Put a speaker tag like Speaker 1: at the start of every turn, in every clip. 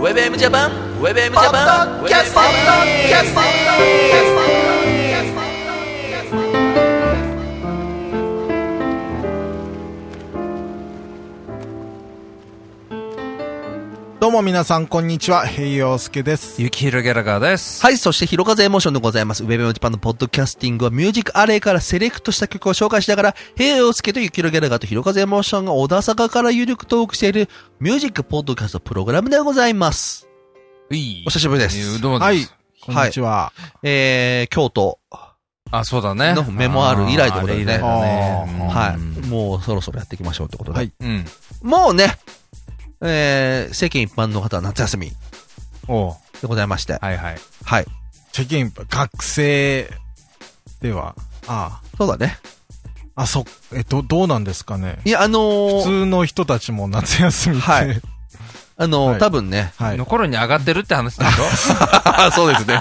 Speaker 1: WebM ジャパン WebM ジ
Speaker 2: パ
Speaker 1: ャパ
Speaker 2: ッ
Speaker 1: ン
Speaker 2: ドキャスティングキャスティング
Speaker 3: どうも皆さん、こんにちは。平洋介です。
Speaker 4: ゆきひろギャラガーです。
Speaker 1: はい、そして、ひろかぜエモーションでございます。ウェブのジャパンのポッドキャスティングは、ミュージックアレイからセレクトした曲を紹介しながら、平洋介とゆきろギャラガーとひろかぜエモーションが小田坂から有力トークしている、ミュージックポッドキャストプログラムでございます。
Speaker 4: うい
Speaker 1: お久しぶりです。
Speaker 4: どうも
Speaker 3: は
Speaker 4: で
Speaker 3: い
Speaker 4: す。。
Speaker 3: こんにちは。
Speaker 1: えー、京都
Speaker 4: あ、そうだね
Speaker 1: の。メモある以来でございますね。
Speaker 3: あ
Speaker 4: う
Speaker 3: ー
Speaker 4: ん
Speaker 1: はい。もうそろそろやっていきましょうってことで。
Speaker 3: はい
Speaker 4: うん。
Speaker 1: もうね、えー、世間一般の方は夏休み
Speaker 4: おう
Speaker 1: でございまして。
Speaker 4: はいはい。
Speaker 1: はい。
Speaker 3: チェキン、学生では、あ
Speaker 1: そうだね。
Speaker 3: あ、あ、そ、え、ど、どうなんですかね。
Speaker 1: いや、あの
Speaker 3: 普
Speaker 1: ー、
Speaker 3: 通の人たちも夏休みって。
Speaker 1: は
Speaker 3: はいい。
Speaker 1: あのー
Speaker 3: はい
Speaker 1: 多 分ね。
Speaker 4: の頃に上がってるって話でし
Speaker 1: あそうですね。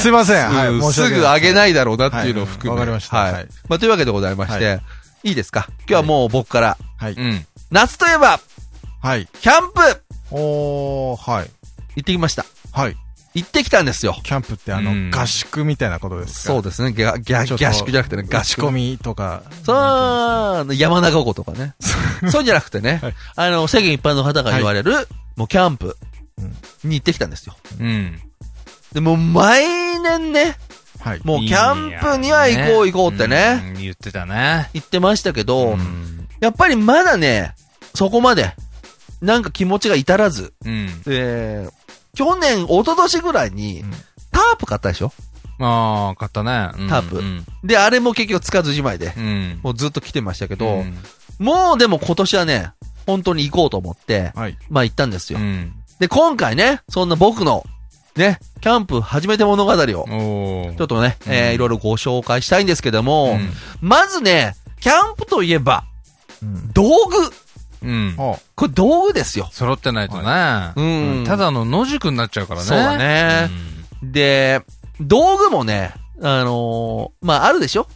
Speaker 3: すいません。は
Speaker 1: う
Speaker 3: い。
Speaker 1: ん
Speaker 3: 申し
Speaker 1: す
Speaker 3: 訳
Speaker 1: ぐ
Speaker 3: な
Speaker 1: 上
Speaker 3: い
Speaker 1: げないだろうなっていうのを含め。
Speaker 3: はいわかりました
Speaker 1: は
Speaker 3: はいい。
Speaker 1: まあ、というわけでございまして、いいですか今日はもう僕から。
Speaker 3: はい
Speaker 4: ょう。ん。
Speaker 1: 夏といえば、
Speaker 3: はい。
Speaker 1: キャンプ
Speaker 3: おー、はい。
Speaker 1: 行ってきました。
Speaker 3: はい。
Speaker 1: 行ってきたんですよ。
Speaker 3: キャンプってあ
Speaker 4: うん
Speaker 3: の、合宿みたいなことですか
Speaker 1: そうですね。ギャ、ギャ、
Speaker 3: ちょっ
Speaker 1: ギ
Speaker 3: と
Speaker 1: ャ宿じゃなくてね、
Speaker 3: 合
Speaker 1: 合宿
Speaker 3: 宿。込みとか。
Speaker 1: そう、あの山中湖とかね。そうじゃなくて ね、
Speaker 3: はい
Speaker 1: あの、世間一般の方が言われる、もうキャンプに行ってきたんですよ。
Speaker 4: うん。
Speaker 1: で、もう毎年ね、
Speaker 3: はい。
Speaker 1: もうキャンプには行こう行こうってね、
Speaker 4: うん。言ってたね。
Speaker 1: 言ってましたけど、
Speaker 4: うん。
Speaker 1: やっぱりまだね、そこまで、なんか気持ちが至らず、
Speaker 4: うん。
Speaker 1: えー、去年、一昨年ぐらいに
Speaker 3: うん、
Speaker 1: タープ買ったでしょ
Speaker 4: ああ、買ったね。うん
Speaker 1: タープ
Speaker 4: うん
Speaker 1: で、あれも結局つかずじまいで、
Speaker 4: うん。
Speaker 1: もうずっと来てましたけ
Speaker 4: う
Speaker 1: ど、
Speaker 4: ん
Speaker 1: もうでも今年はね、本当に行こうと思って、
Speaker 3: はい。
Speaker 1: まあ行ったんですよ
Speaker 4: う。ん。
Speaker 1: で、今回ね、そんな僕の、ね、キャンプ初めて物語を、ち
Speaker 4: おー
Speaker 1: ょっとね、えー、
Speaker 4: うん
Speaker 1: いろいろご紹介したいんですけども、
Speaker 4: うん
Speaker 1: まずね、キャンプといえば、
Speaker 3: うん。
Speaker 1: 道具。
Speaker 4: うん。
Speaker 3: あ
Speaker 1: これ道具ですよ。
Speaker 4: 揃ってないとね。
Speaker 1: うん
Speaker 4: ただの野宿になっちゃうからね。
Speaker 1: そうだねで、道具もね、あのーまあ、あるでしょ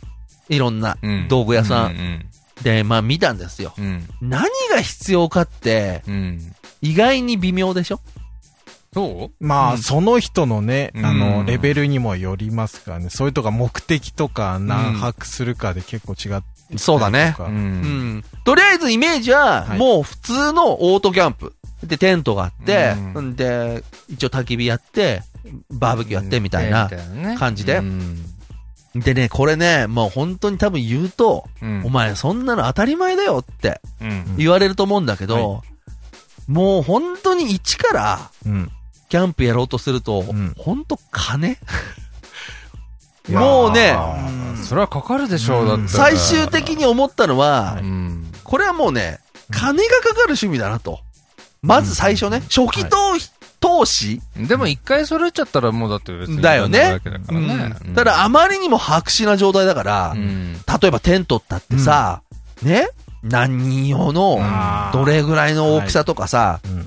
Speaker 1: いろんな
Speaker 4: うん。うん
Speaker 1: 道具屋さん。
Speaker 4: うん。
Speaker 1: で、まあ、見たんですよ。
Speaker 4: うん。
Speaker 1: 何が必要かって、
Speaker 4: うんうん。
Speaker 1: 意外に微妙でしょ
Speaker 4: そう
Speaker 3: ま
Speaker 4: う
Speaker 3: あ、
Speaker 4: ん
Speaker 3: その人のね、あ
Speaker 4: うん
Speaker 3: の、レベルにもよりますからね。それとか目的とか何泊するかで結構違ってきたりとか。
Speaker 1: そうだね
Speaker 4: う。
Speaker 1: うんん。とりあえずイメージは、
Speaker 3: はい
Speaker 1: もう普通のオートキャンプ。で、テントがあって、、
Speaker 4: うん
Speaker 1: で、一応焚き火やって、バーベキューやってみたいな。感じで
Speaker 4: うん。
Speaker 1: でね、これね、もう本当に多分言うと、
Speaker 4: うん
Speaker 1: お前そんなの当たり前だよって
Speaker 4: うん。
Speaker 1: 言われると思うんだけど、もう本当に一から
Speaker 3: うん。
Speaker 1: キャンプやろうとすると、
Speaker 3: ん
Speaker 1: 本当金
Speaker 3: いやー
Speaker 1: もうね、
Speaker 3: うん
Speaker 4: それはかかるでしょう、だって。
Speaker 1: 最終的に思ったのは、
Speaker 4: うん。
Speaker 1: これはもうね、金がかかる趣味だなと。まず最初ね、初期投資、投資
Speaker 4: でも一回揃えちゃったらもうだって別に。
Speaker 1: だよね
Speaker 4: わけだからね。うん
Speaker 1: ただ、あまりにも白紙な状態だから、
Speaker 4: うん。
Speaker 1: 例えばテントったってさ、ね何人用の、
Speaker 3: あー
Speaker 1: どれぐらいの大きさとかさ、
Speaker 3: うん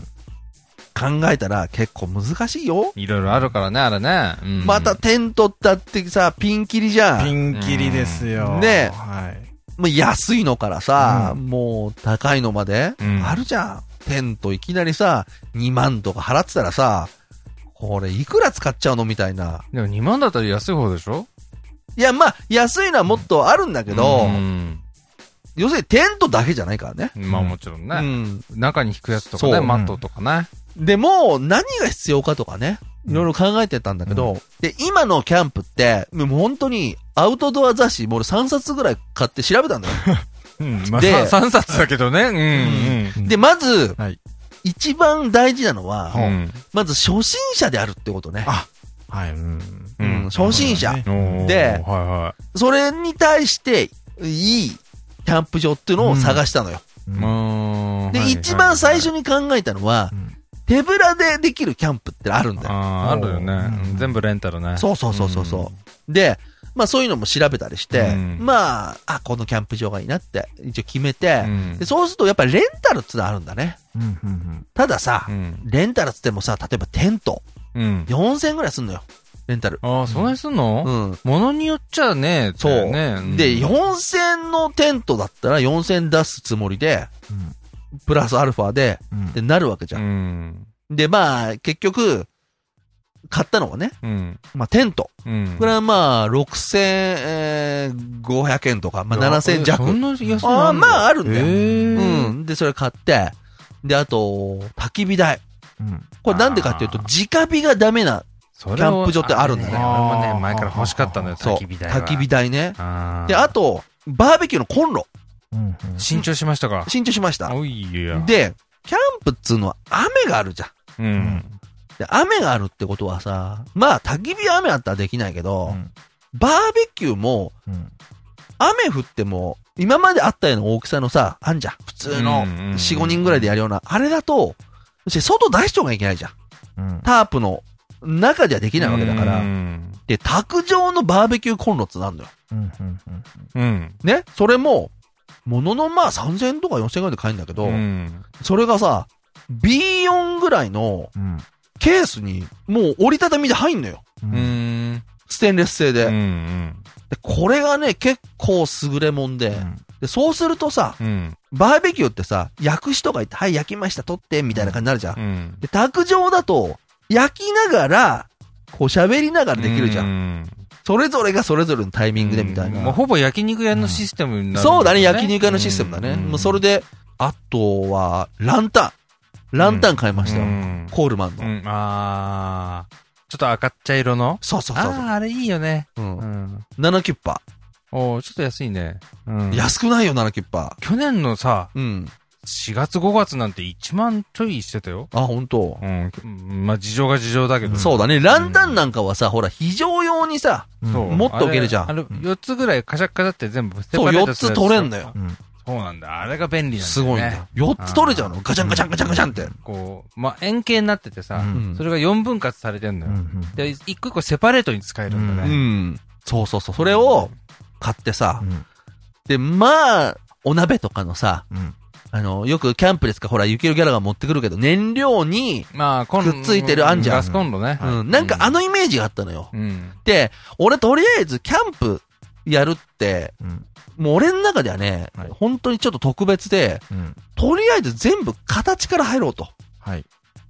Speaker 1: 考えたら結構難しいよ。
Speaker 4: いろいろあるからね、あれね。うん
Speaker 1: また、テントったってさ、ピンキリじゃ
Speaker 3: ピ
Speaker 1: ん。
Speaker 3: ンキリですよ。
Speaker 1: ね
Speaker 3: はい。
Speaker 1: もう安いのからさ、
Speaker 3: う
Speaker 1: もう高いのまで、
Speaker 4: うん
Speaker 1: あるじゃん。テントいきなりさ、2万とか払ってたらさ、これいくら使っちゃうのみたいな。
Speaker 4: でも2万だったら安い方でしょ
Speaker 1: いや、まあ、安いのはもっとあるんだけど、
Speaker 4: うん
Speaker 1: 要するにテントだけじゃないからね。
Speaker 4: まあもちろん
Speaker 1: う
Speaker 4: ね。
Speaker 1: ん。
Speaker 4: 中に引くやつとか
Speaker 1: そう
Speaker 4: ね、
Speaker 1: うん
Speaker 4: マットとかね。
Speaker 1: でも、何が必要かとかね、いろいろ考えてたんだけど、で、今のキャンプって、もう本当にアウトドア雑誌、もう俺3冊ぐらい買って調べたんだよ。
Speaker 3: うん、
Speaker 1: あ
Speaker 3: ま
Speaker 1: で
Speaker 4: 3冊だけどね。うん
Speaker 3: うん
Speaker 1: で、まず、
Speaker 3: はい
Speaker 1: 一番大事なのは、
Speaker 4: うん。うん
Speaker 1: まず初心者であるってことね。
Speaker 3: あはい、うん。
Speaker 1: うん、初心者。
Speaker 4: おー
Speaker 1: で
Speaker 4: はいは
Speaker 1: それに対して、いいキャンプ場っていうのを探したのよ。
Speaker 3: う
Speaker 4: い。
Speaker 3: ん
Speaker 4: うん
Speaker 1: で、
Speaker 4: はいはい
Speaker 1: 一番最初に考えたのは、
Speaker 3: うん
Speaker 1: 手ぶらでできるキャンプってあるんだよ。
Speaker 4: ああ、あるよね。
Speaker 3: うん
Speaker 4: うん全部レンタルね。
Speaker 1: そうそうそうそうそう。で、まあそういうのも調べたりして、
Speaker 4: うん
Speaker 1: まあ、あ、このキャンプ場がいいなって一応決め
Speaker 4: う
Speaker 1: て、
Speaker 4: ん
Speaker 1: でそうするとやっぱりレンタルってのあるんだね。
Speaker 3: うんうん
Speaker 1: たださ、
Speaker 4: うん。
Speaker 1: レンタルっつってもさ、例えばテント、
Speaker 4: うん。
Speaker 1: 4000円ぐらいすんのよ。レンタル。
Speaker 4: ああ、そんなにすんの
Speaker 1: うん。
Speaker 4: ものによっちゃね、
Speaker 1: そう
Speaker 4: だよね。
Speaker 1: で、
Speaker 4: よ
Speaker 1: 4000のテントだったら4000出すつもりで、
Speaker 3: うん
Speaker 1: プラスアルファで、
Speaker 3: うん
Speaker 1: ってなるわけじゃ。
Speaker 4: うんん。
Speaker 1: で、まあ、結局、買ったのはね、
Speaker 4: うん。
Speaker 1: まあ、テント。
Speaker 4: うん。
Speaker 1: これはまあ、6500円とか、まあ、7000弱。
Speaker 4: そんな安いの
Speaker 1: ああ、まあ、あるんだよ。
Speaker 4: うん。
Speaker 1: うん。で、それ買って、で、あと、焚き火台。
Speaker 3: うん。
Speaker 1: これなんでかっていうと、直火がダメな、
Speaker 4: それを
Speaker 1: キャンプ場ってあるんだね
Speaker 4: 俺もね、前から欲しかったのよ、
Speaker 1: そう、
Speaker 4: 焚き火台は。
Speaker 1: 焚き火台ね。
Speaker 4: あー
Speaker 1: で、あと、バーベキューのコンロ、
Speaker 3: うん。
Speaker 4: 新調しましたか。
Speaker 1: 新調しました。
Speaker 4: おいや。、
Speaker 1: で、キャンプっつうのは雨があるじゃん。
Speaker 3: う
Speaker 4: う。
Speaker 3: んん。
Speaker 1: で、雨があるってことはさ、まあ、焚き火は雨あったらできないけど、
Speaker 3: うん
Speaker 1: バーベキューも、
Speaker 3: うん。
Speaker 1: 雨降っても、今まであったような大きさのさ、あんじゃん。普通の、
Speaker 4: うんうんうん
Speaker 1: 4、5人ぐらいでやるような、あれだと、そして外出しとかいけないじゃん。
Speaker 3: うん。
Speaker 1: タープの中じゃできないわけだから。
Speaker 4: うん。
Speaker 1: で、卓上のバーベキューコンロってなんだよ。
Speaker 3: うん。うん。
Speaker 4: うん。
Speaker 1: ねそれも、もののまあ3000円とか4000円ぐらいで買えるんだけど、
Speaker 4: うん
Speaker 1: それがさ、B4 ぐらいの
Speaker 3: うん。
Speaker 1: ケースに、もう折りたたみで入んのよ。
Speaker 4: うん。うん。
Speaker 1: ステンレス製で。
Speaker 4: うん。
Speaker 1: でこれがね、結構優れもんで,、で、そうするとさ、
Speaker 4: うん。
Speaker 1: バーベキューってさ、焼く人がいて、はい、焼きました、取って、みたいな感じになるじゃん。
Speaker 4: うん。
Speaker 1: で、卓上だと、焼きながら、こう喋りながらできるじゃん,、
Speaker 4: ん。
Speaker 1: それぞれがそれぞれのタイミングでみたい
Speaker 4: うんもう
Speaker 1: な。
Speaker 4: ほぼ焼肉屋のシステムになるんよ、
Speaker 1: そうだね、焼肉屋のシステムだね。もうそれ
Speaker 4: で
Speaker 1: で、あとは、ランタン。ランタン買いましたよ。
Speaker 4: うん
Speaker 1: コールマン
Speaker 4: う
Speaker 1: の。
Speaker 4: ん、あー。ちょっと赤茶色の
Speaker 1: そうそう
Speaker 4: あ
Speaker 1: そうそう
Speaker 4: あー、あれいいよね。
Speaker 1: うん
Speaker 4: うん。
Speaker 1: 7キュッパ
Speaker 4: おーちょっと安いね。うん
Speaker 1: ー。安くないよ、7キュッパ
Speaker 4: 去年のさ、
Speaker 1: ー。うん。
Speaker 4: 4月5月なんて1万ちょいしてたよ。
Speaker 1: あ、本当。
Speaker 4: うん。まあ、事情が事情だけど。
Speaker 1: そうだね。ランタンなんかはさ、ほら、非常用にさ、
Speaker 4: そう
Speaker 1: もっと置けるじゃん
Speaker 4: あれ、4つぐらいカシャカシャって全部捨て
Speaker 1: そう、4つ取れん
Speaker 4: だ
Speaker 1: だ
Speaker 4: よ。
Speaker 1: よ。
Speaker 3: うん。
Speaker 4: そうなんだ。あれが便利なんだよ、ね。
Speaker 1: すごいんだよ。4つ取れちゃうのガチャンガチャンガチャンガチャンって。
Speaker 4: こう、まあ、円形になっててさ、
Speaker 1: うん
Speaker 4: それが4分割されてん
Speaker 3: う
Speaker 4: のよ。
Speaker 3: ん。
Speaker 4: で、一個一個セパレートに使えるんだ
Speaker 1: う
Speaker 4: ね。
Speaker 1: ん。そうそうそう。それを買ってさ
Speaker 3: う、ん。
Speaker 1: で、まあ、お鍋とかのさ、
Speaker 3: うん。
Speaker 1: あの、よくキャンプですか、ほら、雪のギャラが持ってくるけど、燃料に、
Speaker 4: まあ、コンロ。
Speaker 1: くっついてるあんじゃん
Speaker 4: ガスコンロね。
Speaker 1: うん、なんかあのイメージがあったのよ。
Speaker 4: うん。
Speaker 1: で、俺とりあえずキャンプやるって、
Speaker 3: うん。
Speaker 1: もう俺の中ではね、
Speaker 3: はい
Speaker 1: 本当にちょっと特別で、
Speaker 3: うん。
Speaker 1: とりあえず全部形から入ろうと。
Speaker 3: はい。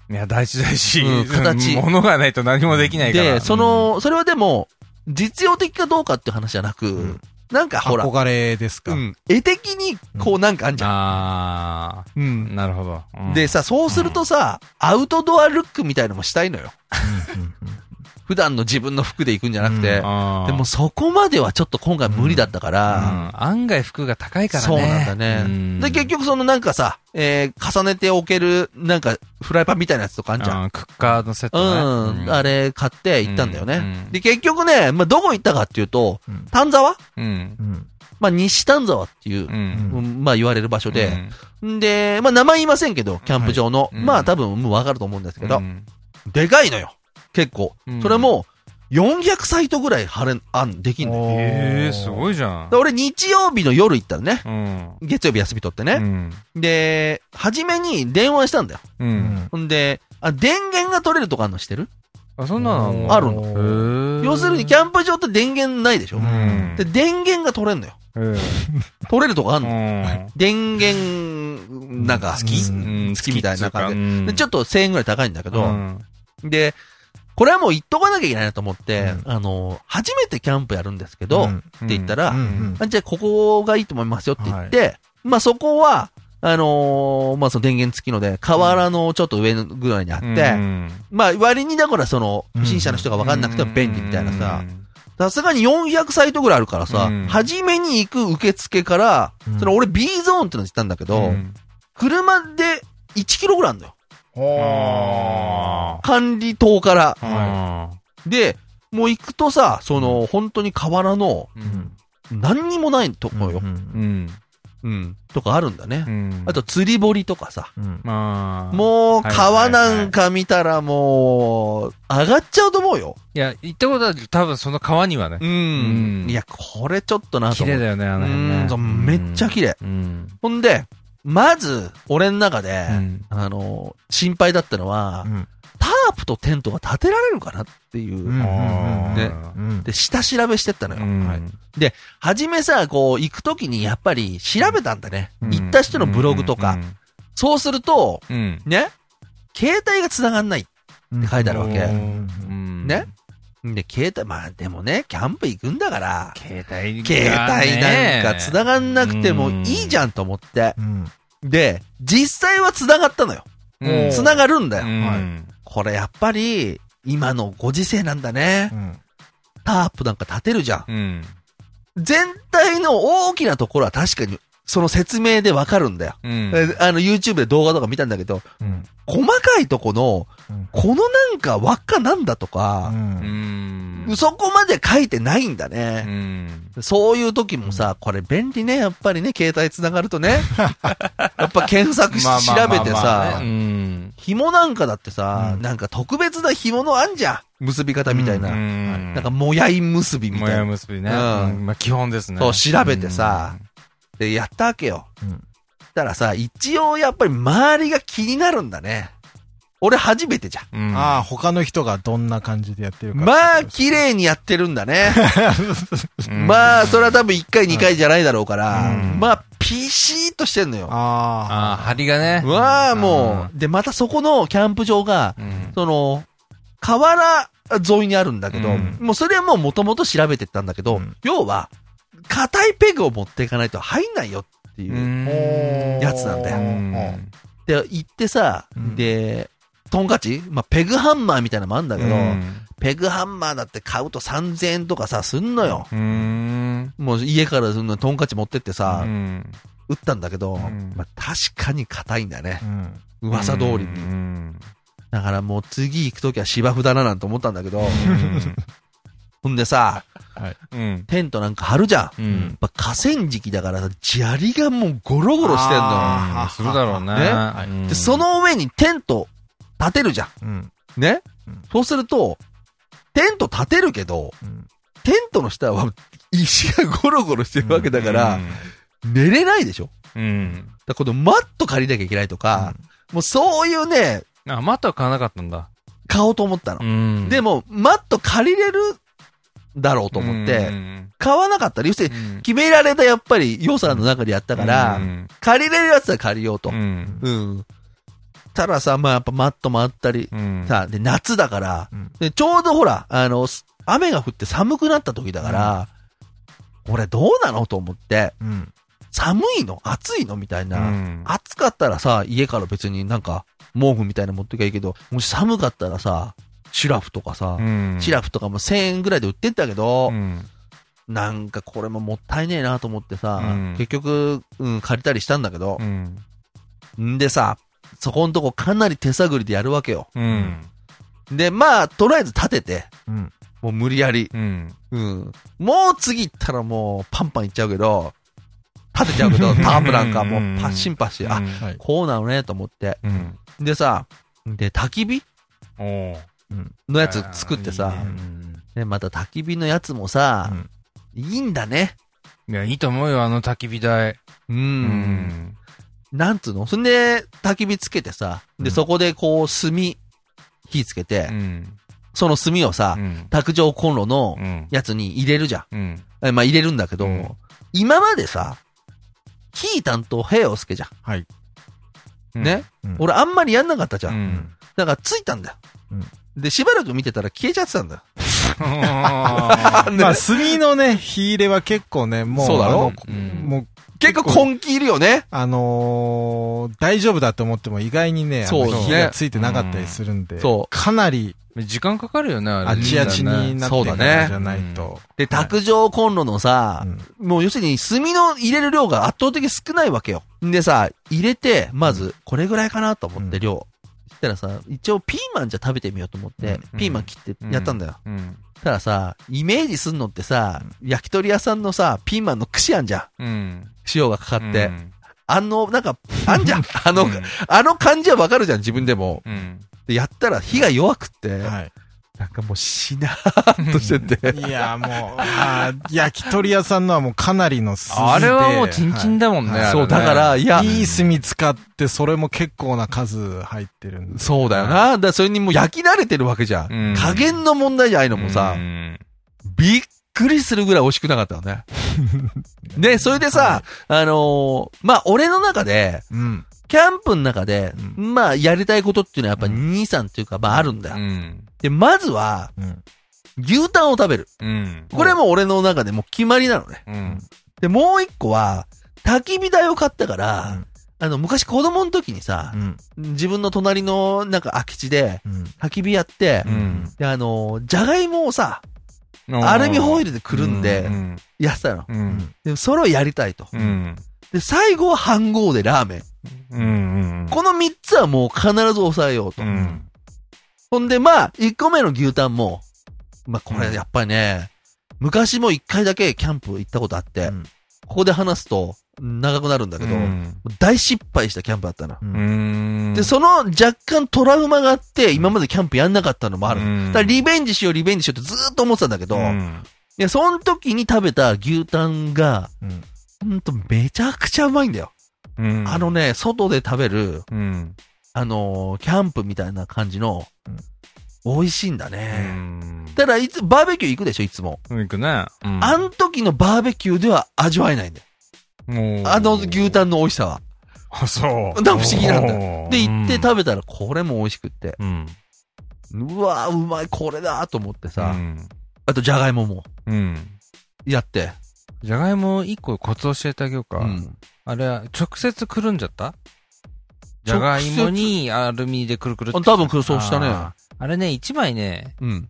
Speaker 4: いや、大事大事。
Speaker 1: うん形
Speaker 4: 物がないと何もできないから。
Speaker 1: で、その、それはでも、実用的かどうかっていう話じゃなく、
Speaker 3: ん
Speaker 1: なんかほら、
Speaker 3: 憧れですか
Speaker 1: うん、絵的にこうなんかあんじゃん。
Speaker 4: あ
Speaker 1: う
Speaker 4: あ、
Speaker 1: ん。
Speaker 4: なるほど。うん
Speaker 1: で、さ、そうするとさ、アウトドアルックみたいのもしたいのよ。普段の自分の服で行くんじゃなくて。
Speaker 3: うん
Speaker 4: あー
Speaker 1: でもそこまではちょっと今回無理だったか
Speaker 4: う
Speaker 1: ら、
Speaker 4: ん案外服が高いからね。
Speaker 1: そうなんだね。
Speaker 4: うん
Speaker 1: で、結局そのなんかさ、えー重ねておける、なんか、フライパンみたいなやつとかあんじゃん。
Speaker 4: あークッカーのセッ
Speaker 1: う
Speaker 4: トね。
Speaker 1: ん、あれ買って行ったんだよね。
Speaker 4: うん
Speaker 1: で、結局ね、まあ、どこ行ったかっていうと、
Speaker 3: うん
Speaker 1: 丹沢
Speaker 4: うん。
Speaker 3: うん。
Speaker 1: まあ、西丹沢っていう
Speaker 4: う、
Speaker 3: ん
Speaker 4: ん。
Speaker 1: うんまあ、言われる場所で、んで、まあ、名前言いませんけど、キャンプ場の、
Speaker 4: はいうん
Speaker 1: まあ、多分もうわかると思うんです
Speaker 4: う
Speaker 1: け
Speaker 4: ん、
Speaker 1: ど、でかいのよ。結構
Speaker 4: う。ん
Speaker 1: それも、400サイトぐらい貼れ、あん、できんのよ。
Speaker 4: ええ、すごいじゃん
Speaker 1: で。俺、日曜日の夜行ったのね。
Speaker 4: うん。
Speaker 1: 月曜日休み取って
Speaker 4: う
Speaker 1: ね。
Speaker 4: ん。
Speaker 1: で、初めに電話したんだよ。
Speaker 4: う。
Speaker 3: うんん。
Speaker 1: んで、あ、電源が取れるとかあんのしてる
Speaker 4: あ、そんなの
Speaker 1: ある
Speaker 3: の。
Speaker 4: の
Speaker 1: 要するに、キ
Speaker 4: ャ
Speaker 1: ャンプ場って電源ないでしょ
Speaker 3: う
Speaker 4: うん。
Speaker 1: で、電源が取れんのよ。
Speaker 4: うん、
Speaker 1: 取れるとかあんの
Speaker 4: うん。
Speaker 1: 電源、なんか、
Speaker 3: 好き
Speaker 1: うん好きみたいな感じで。
Speaker 4: じ
Speaker 1: でちょ
Speaker 4: っ
Speaker 1: っと1000円ぐらい高いんだけど、
Speaker 4: うん
Speaker 1: で、これはもう言っとかなきゃいけないなと思って、
Speaker 3: う
Speaker 1: あの、初めてキャンプやるんですけど、って言ったら、
Speaker 4: うん
Speaker 3: うん
Speaker 1: あじゃあここがいいと思いますよって言って、まあそこは、あのーまあその電源付きので、河原のちょっと上のぐらいにあって、
Speaker 4: うん
Speaker 1: まあ割にだからその、
Speaker 3: うん
Speaker 1: 不審者の人が分かんなくても便利みたいなさ
Speaker 4: う、ん
Speaker 1: さすがに400サイトぐらいあるからさ、
Speaker 4: うん
Speaker 1: 初めに行く受付から、
Speaker 3: うん
Speaker 1: その俺 B ゾーンってのに行ったんだけど、
Speaker 4: うん
Speaker 1: 車で1キロぐらいあるのよ。
Speaker 4: あ
Speaker 1: 管理棟から。
Speaker 4: ーあ
Speaker 1: で、もう行くとさ、その、本当に河原の
Speaker 4: ー。
Speaker 3: ん
Speaker 1: 何にもないとこよ。
Speaker 4: うんん。
Speaker 1: うん。とかあるんだね
Speaker 4: う。ん
Speaker 1: あと、釣り堀とかさ。
Speaker 3: うん。
Speaker 4: まあ。
Speaker 1: もう、
Speaker 4: はい
Speaker 1: 川なんか見たらもう、上がっちゃうと思うよ。
Speaker 4: いや、行ったことあるけど多分その川にはね。
Speaker 1: うん
Speaker 4: うん
Speaker 1: いや、これちょっとなと
Speaker 4: 綺
Speaker 1: 思
Speaker 4: 麗
Speaker 1: う。
Speaker 4: だよね、あ
Speaker 1: う
Speaker 4: の辺ね
Speaker 1: ん、。そうめっちゃ綺麗。
Speaker 4: うん。
Speaker 1: ほんで、まず、俺の中で、
Speaker 4: うん
Speaker 1: あの、心配だったのは、
Speaker 3: うん
Speaker 1: タープとテントが建てられるかなっていう。
Speaker 3: うん
Speaker 4: あー
Speaker 1: で
Speaker 3: うん。
Speaker 1: で、下調べしてったのよ。
Speaker 4: うん
Speaker 1: はいはじめさ、こう、行くときにやっぱり調べたんだね。
Speaker 4: うん
Speaker 1: 行った人のブログとか。。そうすると、
Speaker 4: うん。
Speaker 1: ね、携帯が繋がんない。
Speaker 3: って
Speaker 1: 書いてあるわけ
Speaker 4: うん
Speaker 1: ね。で、携帯、まあでもね、キャンプ行くんだから、
Speaker 4: 携帯がね
Speaker 1: 携帯なんか繋がんなくてもいいじゃんと思って。
Speaker 3: うん。
Speaker 1: で、実際は繋がったのよ。
Speaker 4: うん
Speaker 3: お
Speaker 1: 繋がるんだよ。
Speaker 4: うん
Speaker 3: は
Speaker 1: これやっぱり、今のご時世なんだね
Speaker 3: う。ん。
Speaker 1: タープなんか立てるじゃん。
Speaker 4: うん。
Speaker 1: 全体の大きなところは確かに、その説明でわかるんだよ。
Speaker 4: うん
Speaker 1: えあの、YouTube で動画とか見たんだけど、
Speaker 3: うん。
Speaker 1: 細かいとこの、
Speaker 3: うん
Speaker 1: このなんか輪っかなんだとか、
Speaker 4: う
Speaker 3: うん
Speaker 4: ん。
Speaker 1: そこまで書いてないんだ
Speaker 4: う
Speaker 1: ね。
Speaker 4: ん。
Speaker 1: そういう時もさ、これ便利ね、やっぱりね、携帯繋がると ね。やっぱ検索し
Speaker 4: まあま
Speaker 1: 調
Speaker 4: あまあまあ
Speaker 1: べてさ
Speaker 4: う、ん。
Speaker 1: 紐なんかだってさ
Speaker 3: う、ん
Speaker 1: なんか特別な紐のあんじゃん。結び方みたいな。
Speaker 4: な
Speaker 1: なんか、もやい結びみ
Speaker 4: も
Speaker 1: たい
Speaker 4: や
Speaker 1: な。
Speaker 4: 結びね。
Speaker 1: うん
Speaker 4: うんまあ、基本ですね。
Speaker 1: そう調べてさで、やったわけよ。
Speaker 3: うん
Speaker 1: たらさ、一応やっぱり周りが気になるんだね。俺初めてじゃん。
Speaker 4: うん。うん
Speaker 3: ああ、、他の人がどんな感じでやってるか。
Speaker 1: まあ、綺麗にやってるんだね。
Speaker 4: うん
Speaker 1: まあ、それは多分1回2回じゃないだろうから、
Speaker 4: うん
Speaker 1: まあ、ピシーっとしてんのよ。
Speaker 3: あ
Speaker 4: ああ、針がね。
Speaker 1: わあ、もう。で、またそこのキャンプ場が、
Speaker 4: うん。
Speaker 1: その、河原沿いにあるんだけど、
Speaker 4: うん
Speaker 1: もうそれはもう元々調べてったんだけど、
Speaker 3: うん
Speaker 1: 要は、硬いペグを持っていかないと入んないよっていう。
Speaker 3: あ。
Speaker 1: やつなんだよ
Speaker 4: うん
Speaker 1: で、行ってさ、
Speaker 3: うん
Speaker 1: で、トンカチまあ、ペグハンマーみたいなのもあんだけど、
Speaker 4: うん
Speaker 1: ペグハンマーだって買うと3000円とかさ、すんのよ。
Speaker 4: うん。
Speaker 1: もう家からそんなトンカチ持ってってさ、
Speaker 4: うん
Speaker 1: 打ったんだけど、
Speaker 4: ん
Speaker 1: まあ、確かに硬いんだね
Speaker 3: う。ん。
Speaker 1: 噂通りに。
Speaker 4: うん
Speaker 1: だからもう次行くときは芝生だななんて思ったんだけど、ほんでさ、
Speaker 4: うん。
Speaker 1: テントなんか張るじゃん。
Speaker 4: う
Speaker 1: や
Speaker 4: ん。
Speaker 1: っぱ河川敷だからさ、砂利がもうゴロゴロしてんの
Speaker 3: あ
Speaker 4: うんするだろうね
Speaker 1: ね
Speaker 4: うん
Speaker 1: よ。で、そ、の上にテント立てるじゃ
Speaker 3: うん。
Speaker 1: ん。ね
Speaker 3: うん
Speaker 1: そうすると、テント立てるけど、
Speaker 3: うん。
Speaker 1: テントの下は石がゴロゴロしてるわけだから、
Speaker 4: うん
Speaker 1: 寝れないでしょ
Speaker 4: うん。
Speaker 1: だからこのマット借りなきゃいけないとか、もうそういうね、
Speaker 4: あ、マットは買わなかったんだ。
Speaker 1: 買おうと思ったの。
Speaker 4: ん
Speaker 1: で
Speaker 4: も、
Speaker 1: も、マット借りれるだろうと思って、
Speaker 4: うん
Speaker 1: 買わなかったら、要するに、
Speaker 4: うん
Speaker 1: 決められたやっぱり予算の中でやったから、
Speaker 4: うん
Speaker 1: 借りれるやつは借りようと。
Speaker 4: う
Speaker 1: うん。
Speaker 4: ん
Speaker 1: たださ、まあやっぱマットもあったり、
Speaker 4: うん
Speaker 1: さ、で、夏だから、
Speaker 3: うん
Speaker 1: で、ちょうどほら、あの、す雨が降って寒くなった時だから、俺どうなのと思って、
Speaker 3: うん。
Speaker 1: 寒いの暑いのみたいな。
Speaker 4: うん
Speaker 1: 暑かったらさ、家から別になんか、毛布みたいなの持ってきゃいいけど、もし寒かったらさ、シュラフとかさ、
Speaker 4: うん
Speaker 1: シュラフとかも1000円ぐらいで売ってんだけど
Speaker 4: う、ん
Speaker 1: なんかこれももったいねえなと思ってさ、
Speaker 4: うん
Speaker 1: 結局、うん、借りたりしたんだけど
Speaker 4: う、ん
Speaker 1: んでさ、そこんとこかなり手探りでやるわけよ。
Speaker 4: うん
Speaker 1: で、まあ、とりあえず立てて、
Speaker 3: うん。
Speaker 1: もう無理やり、
Speaker 4: うん
Speaker 1: うん。もう次行ったらもうパンパンいっちゃうけど、立てちゃうけ ど、タープなんかもうパッシンパッシン、あ、
Speaker 3: はい。
Speaker 1: こうなのねと思って。
Speaker 4: うん
Speaker 1: でさ、で、焚き火
Speaker 4: おー
Speaker 1: のやつ作ってさ、
Speaker 4: あーいいね
Speaker 1: ねまた焚き火のやつもさ、いいんだね。
Speaker 4: いや、いいと思うよ、あの焚き火台。
Speaker 1: う。。
Speaker 4: うん
Speaker 1: なんつうのそんで、焚き火つけてさ、で、
Speaker 3: うん
Speaker 1: そこでこう、炭、火つけて、
Speaker 4: うん。
Speaker 1: その炭をさ
Speaker 4: う、ん。
Speaker 1: 卓上コンロの
Speaker 4: うん。
Speaker 1: やつに入れるじゃ
Speaker 4: うん。
Speaker 1: ん。えまあ入れるんだけど、
Speaker 4: うん
Speaker 1: 今までさ、火担当平洋介じゃん。
Speaker 3: はい。
Speaker 1: ね、
Speaker 3: うん
Speaker 1: 俺あんまりやんなかったじゃ。
Speaker 4: うんん。
Speaker 1: だからついたんだよ。で、しばらく見てたら消えちゃってたんだよ。
Speaker 3: まあ、炭のね、火入れは結構ね、もう、
Speaker 1: そうだろ
Speaker 3: あの
Speaker 4: うん
Speaker 3: もう、
Speaker 1: 結構根気いるよね。
Speaker 3: あのー大丈夫だと思っても意外にね、あの
Speaker 1: そうね
Speaker 3: 火がついてなかったりするんで、
Speaker 1: そう
Speaker 3: かなり、
Speaker 4: 時間かかるよね、あ
Speaker 3: あ
Speaker 4: れ。
Speaker 3: ちあちになって
Speaker 1: そう
Speaker 3: か
Speaker 1: だね
Speaker 3: らじゃないと。
Speaker 1: で、卓上コンロのさ、
Speaker 3: うん
Speaker 1: もう要するに炭の入れる量が圧倒的に少ないわけよ。んでさ、入れて、まず、これぐらいかなと思って
Speaker 3: うん
Speaker 1: 量。したらさ、一応ピーマンじゃ食べてみようと思って、
Speaker 3: うん
Speaker 1: ピーマン切ってやったんだよ。
Speaker 4: うん。
Speaker 1: たださ、イメージすんのってさ、焼き鳥屋さんのさ、ピーマンの串あんじゃん。
Speaker 4: うん。
Speaker 1: 塩がかかって。
Speaker 4: うん
Speaker 1: あの、なんか、あんじゃん。あの、あの感じはわかるじゃん、自分でも。
Speaker 4: うん。
Speaker 1: で、やったら火が弱くって、
Speaker 3: はい。
Speaker 1: なんかもうしなーっとしてて。
Speaker 3: いや、もう、あー焼き鳥屋さんのはもうかなりの炭で。
Speaker 4: あれはもうチンチンだもんね。
Speaker 3: はい
Speaker 4: あれね
Speaker 1: そう、だから、、いや
Speaker 3: は、い。いい炭使って、それも結構な数入ってるんです。
Speaker 1: そうだよな。だからそれにもう焼き慣れてるわけじゃん。
Speaker 4: うん
Speaker 1: 加減の問題じゃないのもさ、
Speaker 4: うん
Speaker 1: びっくりするぐらい美味しくなかったよ ね。で、それでさ、あのーまあ、俺の中で、
Speaker 3: うん。
Speaker 1: キャンプの中で、まあ、やりたいことっていうのはやっぱ兄さんっていうか、まああるんだよ。
Speaker 4: うん。
Speaker 1: で、まずは、
Speaker 3: うん。
Speaker 1: 牛タンを食べる。
Speaker 4: うん。
Speaker 1: これはもう俺の中でもう決まりなのね。
Speaker 4: うん。
Speaker 1: で、もう一個は、焚き火台を買ったから、
Speaker 3: うん
Speaker 1: あの、昔子供の時にさ
Speaker 3: う、ん。
Speaker 1: 自分の隣のなんか空き地で、
Speaker 3: うん。
Speaker 1: 焚き火やって、
Speaker 4: うん。
Speaker 1: で、あの、じゃがいもをさ、
Speaker 4: うん。
Speaker 1: アルミホイ
Speaker 4: ル
Speaker 1: ルでくるんで
Speaker 4: う、ん。
Speaker 1: やってたの。
Speaker 4: うん。
Speaker 1: で、それをやりたいと。
Speaker 4: うん。
Speaker 1: で、最後は飯合でラーメン。
Speaker 4: うん。
Speaker 1: この三つはもう必ず抑えようと。
Speaker 4: うん。
Speaker 1: ほんで、まあ、一個目の牛タンも、まあ、これやっぱりね、昔も一回だけキャンプ行ったことあって、
Speaker 3: うん
Speaker 1: ここで話すと長くなるんだけど、大失敗したキャンプだったな。
Speaker 3: うん
Speaker 4: うん。
Speaker 1: で、その若干トラウマがあって、今までキャンプやんなかったのもある。
Speaker 4: うん
Speaker 1: だからリベンジしよう、リベンジしようってずーっと思ってたんだけど、い
Speaker 4: うん
Speaker 1: や、その時に食べた牛タンが、
Speaker 3: うん
Speaker 1: ほんとめちゃくちゃうまいんだよ。
Speaker 4: うん。
Speaker 1: あのね、外で食べる、
Speaker 4: うん。
Speaker 1: あのーキャンプみたいな感じの
Speaker 3: うん、
Speaker 1: 美味しいんだ
Speaker 4: う
Speaker 1: ね。
Speaker 4: ん。
Speaker 1: ただ、いつ、バーベキュー行くでしょ、いつも。
Speaker 4: 行くね。うん
Speaker 1: あん時のバーベキューでは味わえないんだよ。あの牛
Speaker 4: ン。
Speaker 1: タンの美味しさは。
Speaker 4: あ、そう。
Speaker 1: だから不思議 なんだ
Speaker 4: よ
Speaker 1: で、行って食べたら、これも美味しくって。
Speaker 4: うん。
Speaker 1: うわーうまい、これだーと思ってさ
Speaker 4: う。ん
Speaker 1: あと、じゃがいもも、
Speaker 4: うん。
Speaker 1: やって。
Speaker 4: じゃがいも一個コツ教えてあげようか。
Speaker 1: うん。
Speaker 4: あれは、直接くるんじゃったじゃがいもにアルミでくるくるって
Speaker 1: あ多分くるそうしたね
Speaker 4: あーあれね、一枚ね、
Speaker 1: うん。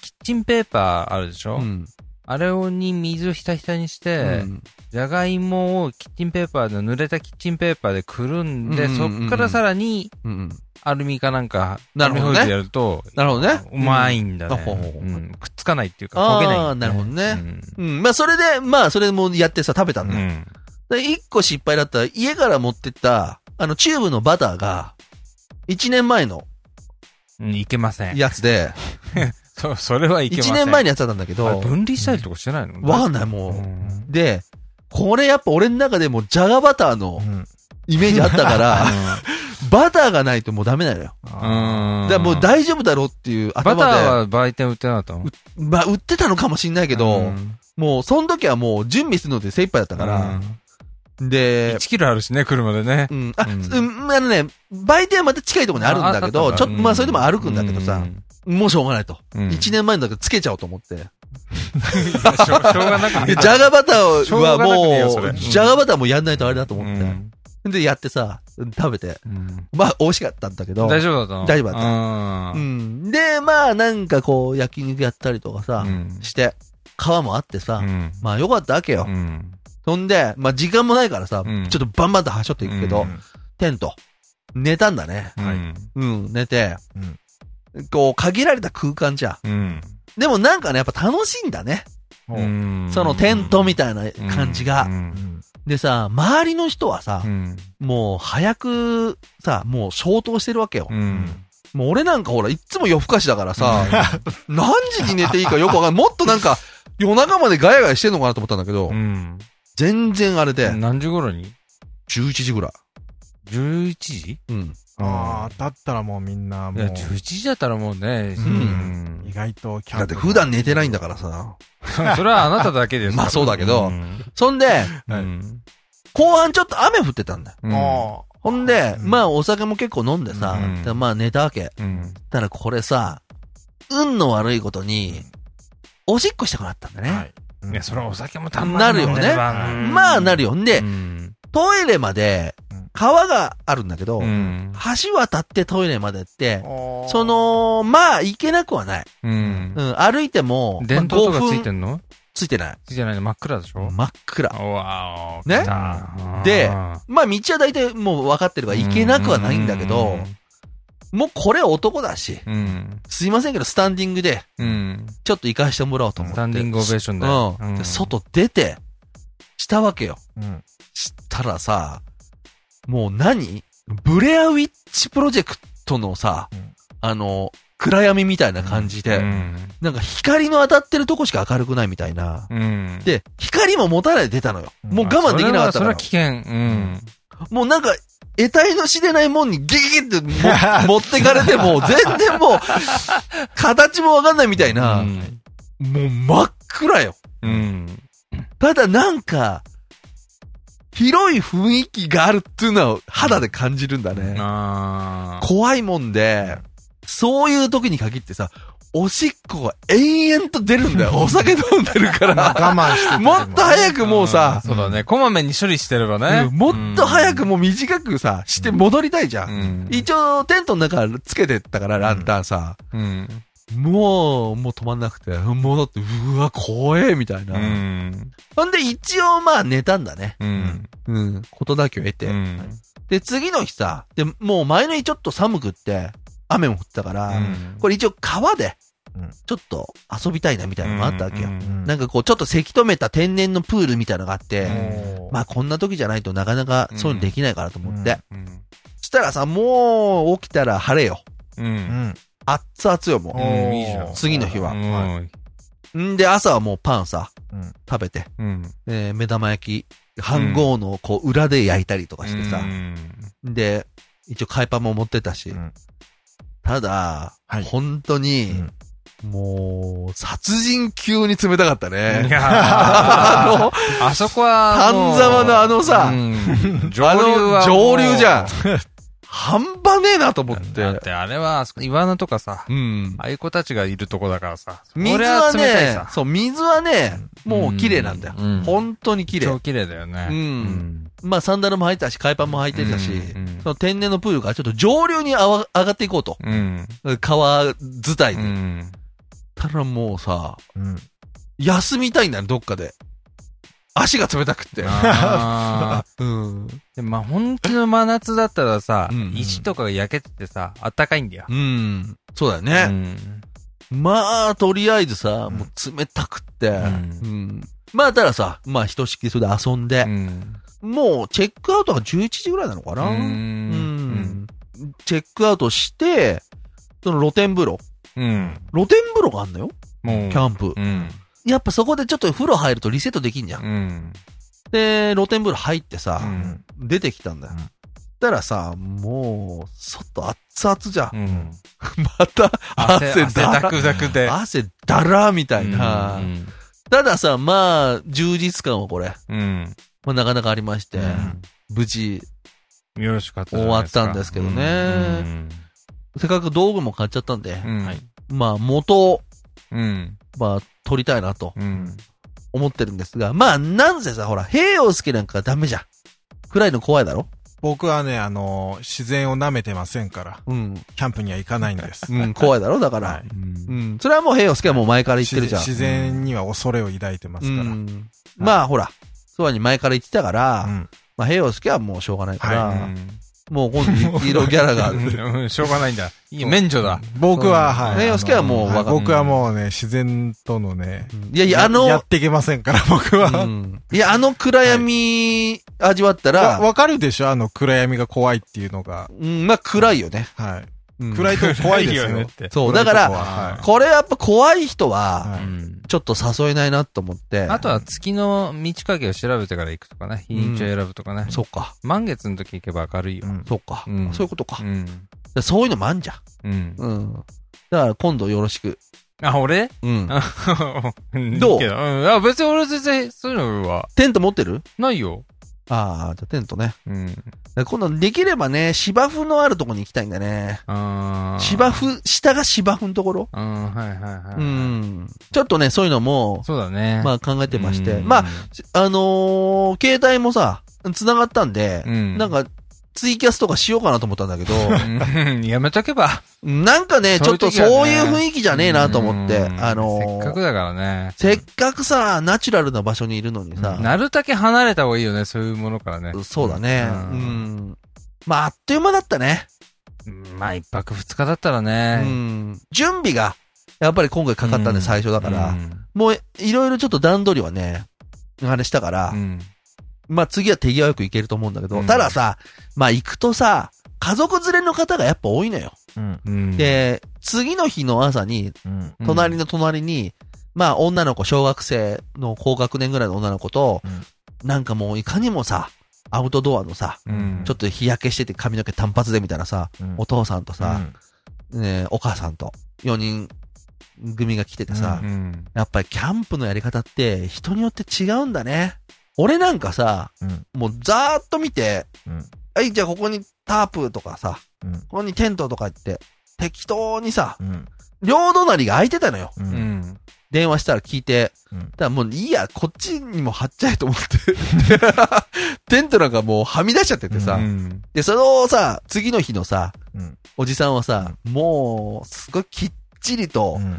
Speaker 4: キッチンペーパーあるでし
Speaker 1: う
Speaker 4: ょ、
Speaker 1: ん。
Speaker 4: あれをに水をひたひたにして、
Speaker 1: うん
Speaker 4: じゃがいもをキッチンペーパーで、濡れたキッチンペーパーでくるんで、
Speaker 1: うんうんうんうん
Speaker 4: そっからさらに
Speaker 1: うんうん。
Speaker 4: アルミかなんか、
Speaker 1: なるほどね
Speaker 4: アルミホイルでやると、
Speaker 1: なるほどね。
Speaker 4: うまい
Speaker 1: うん
Speaker 4: だね
Speaker 1: あ、ほうほうほう
Speaker 4: うんくっつかないっていうか、
Speaker 1: あー
Speaker 4: 焦げない、
Speaker 1: なるほどね
Speaker 4: うん
Speaker 1: ん。まあ、それで、まあ、それもやってさ、食べたん
Speaker 4: う
Speaker 1: だよ。
Speaker 4: ん。
Speaker 1: で一個失敗だったら、家から持ってった、あの、チューブのバターが、一年前の
Speaker 4: うんいけません。いや、
Speaker 1: やつで、
Speaker 4: そ、それはいけませ
Speaker 1: 一
Speaker 4: ん。
Speaker 1: 年前にやってたんだけ
Speaker 4: あれ
Speaker 1: ど、
Speaker 4: 分離したりとかしてないの
Speaker 1: わかんない、もう。
Speaker 4: うん
Speaker 1: で、これやっぱ俺の中でもジャガバターの
Speaker 3: うん。
Speaker 1: イメージあったから、 バターがないともうダメなのよ。
Speaker 4: うん。
Speaker 1: だからもう大丈夫だろうっていう
Speaker 4: バター
Speaker 1: 頭で、
Speaker 4: は売店売ってなかったの
Speaker 1: まあ売ってたのかもしんないけど、もうその時はもう準備するので精一杯だった
Speaker 4: だ
Speaker 1: か
Speaker 4: から
Speaker 1: ら、、で
Speaker 4: 1、キロあるしね、車でね。
Speaker 1: うん、あ、
Speaker 4: うん
Speaker 1: うん、あのね、売店はまた近いところにあるんだけ
Speaker 4: ああ
Speaker 1: ど、
Speaker 4: ったんだ
Speaker 1: ちょっと、まあそれでも歩くんだけどさ、、もうしょうがないと。
Speaker 4: うん
Speaker 1: 一年前のだけどつけちゃおうと思って。
Speaker 4: いやしょうしょうがなく
Speaker 1: で
Speaker 4: ね
Speaker 1: ジャガバター
Speaker 4: しょうが
Speaker 1: は
Speaker 4: なくねえよ
Speaker 1: も
Speaker 4: それう
Speaker 1: う、
Speaker 4: ん
Speaker 1: ジャガバターもやんないとあれだと 思
Speaker 4: う
Speaker 1: っ
Speaker 4: ん
Speaker 1: て。で、やってさ、食べて。
Speaker 4: うん
Speaker 1: まあ、美味しかったんだけど。
Speaker 4: 大丈夫だったの
Speaker 1: 大丈夫だった
Speaker 4: だ
Speaker 1: う。ん。で、まあ、なんかこう、焼肉やったりとかさ、
Speaker 4: うん
Speaker 1: して、皮もあってさ、
Speaker 4: うん
Speaker 1: まあ、よかったわけよ。
Speaker 4: うん
Speaker 1: そんで、まあ、時間もないからさ、
Speaker 4: うん
Speaker 1: ちょっとバンバンとはしょっていくけど、
Speaker 4: うん
Speaker 1: テント。寝たんだね。
Speaker 4: うん
Speaker 1: うん、寝て、こう、限られた空間じゃん。
Speaker 4: うん
Speaker 1: でもなんかね、やっぱ楽しいんだね。
Speaker 4: うん
Speaker 1: そのテントみたいな感じが。
Speaker 4: うん
Speaker 1: でさ、周りの人はさ
Speaker 4: う、ん
Speaker 1: もう早くさ、もう消灯してるわけよ。
Speaker 4: うん
Speaker 1: もう俺なんかほら、いっつも夜更かしだからさ、 何時に寝ていいかよくわかんない。もっとなんか、夜中までガヤガヤしてんのかなと思ったんだけど
Speaker 4: う、ん
Speaker 1: 全然あれで、
Speaker 4: 何時頃に
Speaker 1: 11時ぐらい。
Speaker 4: ?11 時
Speaker 1: うん。
Speaker 3: ああ、だったらもうみんないも
Speaker 4: や、
Speaker 3: う、
Speaker 4: 11時だったらもうね、
Speaker 1: ん
Speaker 4: うん
Speaker 3: 意外とキャン
Speaker 1: だって普段寝てないんだからさ。
Speaker 4: それはあなただけで す。
Speaker 1: まあそうだけど
Speaker 4: うん
Speaker 1: そんで、
Speaker 4: うん
Speaker 1: 後半ちょっと雨降ってたんだよ。
Speaker 4: うん
Speaker 3: あ
Speaker 1: ほんで、
Speaker 3: うん
Speaker 1: まあお酒も結構飲んでさ
Speaker 4: うん、
Speaker 1: でまあ寝たわけ。
Speaker 4: うん
Speaker 1: たらこれさ、運の悪いことに、おしっこしたくなったんだ
Speaker 3: あ。は
Speaker 1: ね。
Speaker 3: い。うん
Speaker 4: いや、それはお酒もた
Speaker 1: なるよねまあなる
Speaker 4: よ。
Speaker 1: よ。ん
Speaker 4: う
Speaker 1: で、
Speaker 4: ん
Speaker 1: トイレまで
Speaker 3: うん、
Speaker 1: 川があるんだけど、
Speaker 4: うん
Speaker 1: 橋渡ってトイレまでって、
Speaker 3: ああ
Speaker 1: そ、の、まあ、行けなくはない。
Speaker 4: うん
Speaker 1: うん、歩いても、
Speaker 4: 電灯とか
Speaker 1: まあ
Speaker 4: つ
Speaker 1: 5
Speaker 4: い
Speaker 1: 分
Speaker 4: てんの
Speaker 1: ついてない。
Speaker 4: ついてないの真っ暗でしょ
Speaker 1: 真っ暗。
Speaker 4: うわお。
Speaker 1: ね
Speaker 4: 来た
Speaker 1: で
Speaker 4: あ
Speaker 1: まあ、道は大体もう分かってるから、
Speaker 4: ー
Speaker 1: 行けなくはないんだけど、もうこれ男だし、
Speaker 4: うん。
Speaker 1: すいませんけど、スタンディングで、
Speaker 4: うん。
Speaker 1: ちょっと行かしてもらおうと思っ
Speaker 4: ス
Speaker 1: て。
Speaker 4: タンディングオベーションだよ。
Speaker 1: うん。で外出て、したわけよ。
Speaker 3: うん。
Speaker 1: したらさ、もう何ブレアウィッチプロジェクトのさ、
Speaker 3: うん
Speaker 1: あの、暗闇みたいな感じで、
Speaker 4: うん
Speaker 1: なんか光の当たってるとこしか明るくないみたいな。
Speaker 4: うん。
Speaker 1: で、光も持たないで出たのよ。
Speaker 3: うん
Speaker 1: もう我慢できなかった
Speaker 4: それ
Speaker 1: か
Speaker 4: は
Speaker 1: ら。
Speaker 4: 危険。うん。
Speaker 1: もうなんか、得体の知れないもんにギギギっても 持ってかれても、全然もう、形もわかんないみたいな
Speaker 4: う、ん
Speaker 1: もう真っ暗よ。
Speaker 4: うん。
Speaker 1: ただなんか、広い雰囲気があるっていうのは肌で感じるんだね。
Speaker 4: あー
Speaker 1: 怖いもんで、そういう時に限ってさ、おしっこが延々と出るんだよ。お酒飲んでる から。
Speaker 3: 我慢してて
Speaker 1: もっと早くもうさ
Speaker 4: あー、そうだね。こまめに処理してればね。
Speaker 1: うんもっと早くもう短くさ、して戻りたいじゃ。
Speaker 4: うんん。
Speaker 1: 一応、テントの中つけてったから、ランタンさ。
Speaker 4: うん。
Speaker 1: もう、もう止まんなくて、戻って、うわ、怖え、みたいうな。
Speaker 4: ん。
Speaker 1: ほんで、一応、まあ、寝たんだね。
Speaker 4: うん。
Speaker 1: うん。ことだけを得て。
Speaker 4: うん
Speaker 1: で、次の日さ、で、もう前の日ちょっと寒くって、雨も降ったから、
Speaker 4: うん
Speaker 1: これ一応川で
Speaker 3: うん、
Speaker 1: ちょっと遊びたいなみたいなのがあったわけよ。
Speaker 4: うん
Speaker 3: うん
Speaker 1: なんかこう、ちょっとせき止めた天然のプールみたいなのがあって、
Speaker 3: もう
Speaker 1: まあこんな時じゃないとなかなかそういうのできないからと思って。
Speaker 3: うん
Speaker 4: うん
Speaker 1: そしたらさ、もう起きたら晴れよ。
Speaker 4: うん。うん
Speaker 3: うん。
Speaker 1: 熱々よ、も
Speaker 4: うんいいじゃん
Speaker 1: う。次の日は。
Speaker 4: うん
Speaker 1: んで、朝はもうパンさ、
Speaker 3: うん
Speaker 1: 食べて、
Speaker 4: うん。
Speaker 1: えー目玉焼き、飯盒のこう裏で焼いたりとかしてさ、
Speaker 4: うん
Speaker 1: で、一応海パンも持ってたし、
Speaker 3: うん
Speaker 1: ただ、
Speaker 3: はい
Speaker 1: 本当に、もう、殺人級に冷たかった
Speaker 4: い
Speaker 1: ね。
Speaker 4: やー
Speaker 1: あの、
Speaker 4: あそこはもう、
Speaker 1: 丹沢のあのさ
Speaker 4: うん上
Speaker 1: あ
Speaker 4: 流は
Speaker 1: の、
Speaker 4: も
Speaker 1: 上
Speaker 4: う
Speaker 1: 流じ ゃん。半端ねえなと思って。
Speaker 4: だってあれは、あそこ岩のとかさ、
Speaker 1: うん。
Speaker 4: ああいう子たちがいるとこだからさ。
Speaker 1: 水
Speaker 4: 俺
Speaker 1: は
Speaker 4: 冷たい
Speaker 1: ね
Speaker 4: さ、
Speaker 1: そう、水はね、もう綺麗なんだよ。
Speaker 4: うん
Speaker 1: 本当に綺麗
Speaker 4: 超。綺麗だよね。
Speaker 1: うん
Speaker 4: ん。
Speaker 1: まあ、サンダルも履いてたし、海パンも履いてたし、
Speaker 4: うんうん
Speaker 1: その天然のプールからちょっと上流にあわ上がっていこうと。
Speaker 4: うん。
Speaker 1: 川伝いに。
Speaker 4: ん。
Speaker 1: たらもうさ、
Speaker 3: うん。
Speaker 1: 休みたいんだよ、どっかで。足が冷たくって。
Speaker 4: あー
Speaker 1: うん。
Speaker 4: でまあ、本気の真夏だったらさ
Speaker 1: うんうん、
Speaker 4: 石とかが焼けててさ、あったかいんだよ。
Speaker 1: うん。そうだよ
Speaker 4: う
Speaker 1: ね。
Speaker 4: ん。
Speaker 1: まあ、とりあえずさ、
Speaker 3: うん
Speaker 1: もう冷たくって。うん
Speaker 4: ん。
Speaker 1: まあ、たださ、まあ、ひとしきりそれで遊ん
Speaker 4: う
Speaker 1: で、
Speaker 4: ん。
Speaker 1: もう、チェックアウトが11時ぐらいなのかな
Speaker 4: う
Speaker 1: うんん。チェックアウトして、その露天風呂。
Speaker 4: うん。
Speaker 1: 露天風呂があんのよ
Speaker 4: もう。
Speaker 1: キャンプ
Speaker 4: う。ん。
Speaker 1: やっぱそこでちょっと風呂入るとリセットできんじゃん。
Speaker 4: うん。
Speaker 1: で、露天風呂入ってさ、
Speaker 4: うん
Speaker 1: 出てきたんだよ。
Speaker 3: うん
Speaker 1: したらさ、もう、外熱々じゃ ん。
Speaker 4: うん。
Speaker 1: また、
Speaker 4: 汗、
Speaker 1: 汗
Speaker 4: 汗
Speaker 1: だ
Speaker 4: だ
Speaker 1: ら、
Speaker 4: くだくで。
Speaker 1: 汗だらみたいな。
Speaker 4: うん
Speaker 1: たださ、まあ、充実感はこれ、
Speaker 4: うん。
Speaker 1: まあ、なかなかありまして、無事、
Speaker 4: よろしかった
Speaker 1: 終わったんですけどねせっかく道具も買っちゃったんで、
Speaker 4: うん。はい。
Speaker 1: まあ、元を、
Speaker 4: うん。
Speaker 1: まあ、取りたいなと
Speaker 4: うん。
Speaker 1: 思ってるんですが、まあ、なんせさ、ほら、平洋介なんかダメじゃん。暗いの怖いだろ
Speaker 3: 僕はね、あの、自然を舐めてませんから、
Speaker 1: うん。
Speaker 3: キャンプには行かないんです。
Speaker 1: うん、怖いだろだから。
Speaker 3: はい
Speaker 1: うん。それはもう平洋介はもう前から言ってるじゃん。
Speaker 3: 自然自然には恐れを抱いてますから。
Speaker 1: うんまあほら、そうに前から言ってたから、
Speaker 3: うん
Speaker 1: まあ平洋介はもうしょうがないから、
Speaker 4: う
Speaker 1: もう今度色ギャラが、
Speaker 4: ん うん。しょうがないんだ。いい、免除だ。
Speaker 3: 僕は、
Speaker 1: う
Speaker 3: は
Speaker 1: ん
Speaker 3: い。
Speaker 1: ね
Speaker 3: あの
Speaker 1: 洋介はもう
Speaker 3: い
Speaker 1: わかる
Speaker 3: 僕はもうね、自然とのね、
Speaker 1: いやいや、あ
Speaker 3: や
Speaker 1: の
Speaker 3: っ、ていけませんから、 僕
Speaker 1: う
Speaker 3: は。
Speaker 1: んいや、あの暗闇味わった
Speaker 3: わ
Speaker 1: ら、
Speaker 3: わかるでしょあの、暗闇が怖いっていうのが。
Speaker 1: うん、まあ暗いよね。
Speaker 3: はい。
Speaker 1: うん
Speaker 3: 暗いと怖いですよ。
Speaker 4: 暗ねって。
Speaker 1: そう、だから、
Speaker 3: は
Speaker 1: これやっぱ怖い人は、
Speaker 3: は
Speaker 4: うん
Speaker 1: ちょっと誘えないなと思って、
Speaker 4: あとは月の満ち欠けを調べてから行くとかね。日にちを選ぶとかね。
Speaker 1: そっか、
Speaker 4: 満月の時行けば明るいよ
Speaker 3: い。。うん
Speaker 1: そっか、
Speaker 4: うん
Speaker 1: そういうことか
Speaker 4: う。ん。
Speaker 1: でそういうのもあんじゃん。
Speaker 4: うん。
Speaker 1: うん。だから今度よろしく。
Speaker 4: あ、俺
Speaker 1: うん。
Speaker 4: うん
Speaker 1: どう
Speaker 4: いいけうんあ、別に俺全然そういうのは
Speaker 1: テント持ってる
Speaker 4: ないよ。
Speaker 1: ああ、じゃあテントね。
Speaker 4: うん。
Speaker 1: だから今度できればね、芝生のあるとこに行きたいんだね。
Speaker 4: あー
Speaker 1: 芝。生、下が芝生のところ
Speaker 4: うん、はいはいはい。
Speaker 1: うん。ちょっとね、そういうのも、
Speaker 4: そうだね。
Speaker 1: ま
Speaker 4: あ、
Speaker 1: あ考えてまして。まあ、あのー携帯もさ、繋がったんで
Speaker 4: う、ん。
Speaker 1: なんか、ツイキャスとかしようかなと思ったんだけ ど、
Speaker 4: うん、やめとけば。
Speaker 1: なんかね、ち
Speaker 4: そう
Speaker 1: ょっ
Speaker 4: いう時
Speaker 1: と
Speaker 4: はね
Speaker 1: そういう雰囲気じゃねえなと思って、
Speaker 4: うん
Speaker 1: あの
Speaker 4: せっかく
Speaker 1: ー
Speaker 4: だからね。
Speaker 1: せっかくさ、ナチュラルな場所にいるのにさ、
Speaker 4: なるだけ離れた方がいいよね、そういうものからね。
Speaker 1: そうだね。う
Speaker 4: うん
Speaker 1: ん。まあ、あっという間だったね。
Speaker 4: まあ、一泊二日だったら
Speaker 1: う
Speaker 4: ね。
Speaker 1: ん。準備が、やっぱり今回かかったん
Speaker 4: う
Speaker 1: で
Speaker 4: ん
Speaker 1: 最初だか
Speaker 4: だ
Speaker 1: ら、もういろいろちょっと段取りはね、あれしたから、
Speaker 4: うん。
Speaker 1: まあ次は手際よく行けると思うんだけど、
Speaker 4: うん
Speaker 1: たださ、まあ行くとさ、家族連れの方がやっぱ多いのよ。
Speaker 3: うん。
Speaker 4: うん、
Speaker 1: で、次の日の朝に、
Speaker 3: うん。
Speaker 4: うん
Speaker 1: 隣の隣に、まあ女の子、小学生の高学年ぐらいの女の子と、なんかもういかにもさ、アウトドアのさ、
Speaker 4: うん
Speaker 1: ちょっと日焼けしてて髪の毛単発でみたいなさ、
Speaker 3: うん
Speaker 1: お父さんとさ、ねえお母さんと、4人組が来ててさ、
Speaker 3: と
Speaker 4: うん
Speaker 1: やっぱりキャンプのやり方って人によって違うんだね。俺なんかさ、
Speaker 3: うん
Speaker 1: もうざーっと見て、
Speaker 3: うん
Speaker 1: はい、じゃあここにタープとかさ、
Speaker 3: うん
Speaker 1: ここにテントとかって、適当にさ、
Speaker 3: うん
Speaker 1: 両隣が空いてたのよ。
Speaker 3: う
Speaker 4: うんん。
Speaker 1: 電話したら聞いて。
Speaker 3: うん
Speaker 1: だからもういいや、こっちにも張っちゃえと思って。 テントなんかもうはみ出しちゃっててさ。
Speaker 4: うん。
Speaker 1: で、そのさ、次の日のさ、
Speaker 3: うん
Speaker 1: おじさんはさ、もう、すごいきっちりと
Speaker 3: う、ん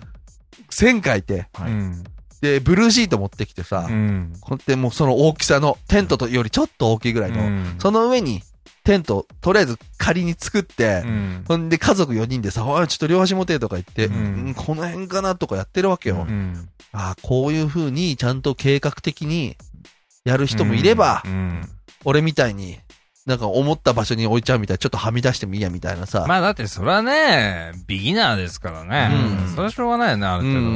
Speaker 1: 線書いて、
Speaker 3: は
Speaker 4: う
Speaker 3: い
Speaker 4: ん。
Speaker 1: で、ブルーシート持ってきてさ、
Speaker 4: うん。
Speaker 1: こうやってもうその大きさの、テントとよりちょっと大きいぐらいの、その上に、テント、とりあえず仮に作って
Speaker 4: う、ん。
Speaker 1: ほんで家族4人でさ、おいちょっと両端持てとか言って、
Speaker 4: うん
Speaker 1: うんこの辺かなとかやってるわけよ。
Speaker 4: うん。
Speaker 1: ああ、こういう風にちゃんと計画的にやる人もいれば、
Speaker 4: うん。
Speaker 1: 俺みたいに、なんか思った場所に置いちゃうみたいな、ちょっとはみ出してもいいやみたいなさ。
Speaker 4: まあだってそれはね、ビギナーですからね。
Speaker 1: うん
Speaker 4: それはしょうがないよね、ある程度ね。う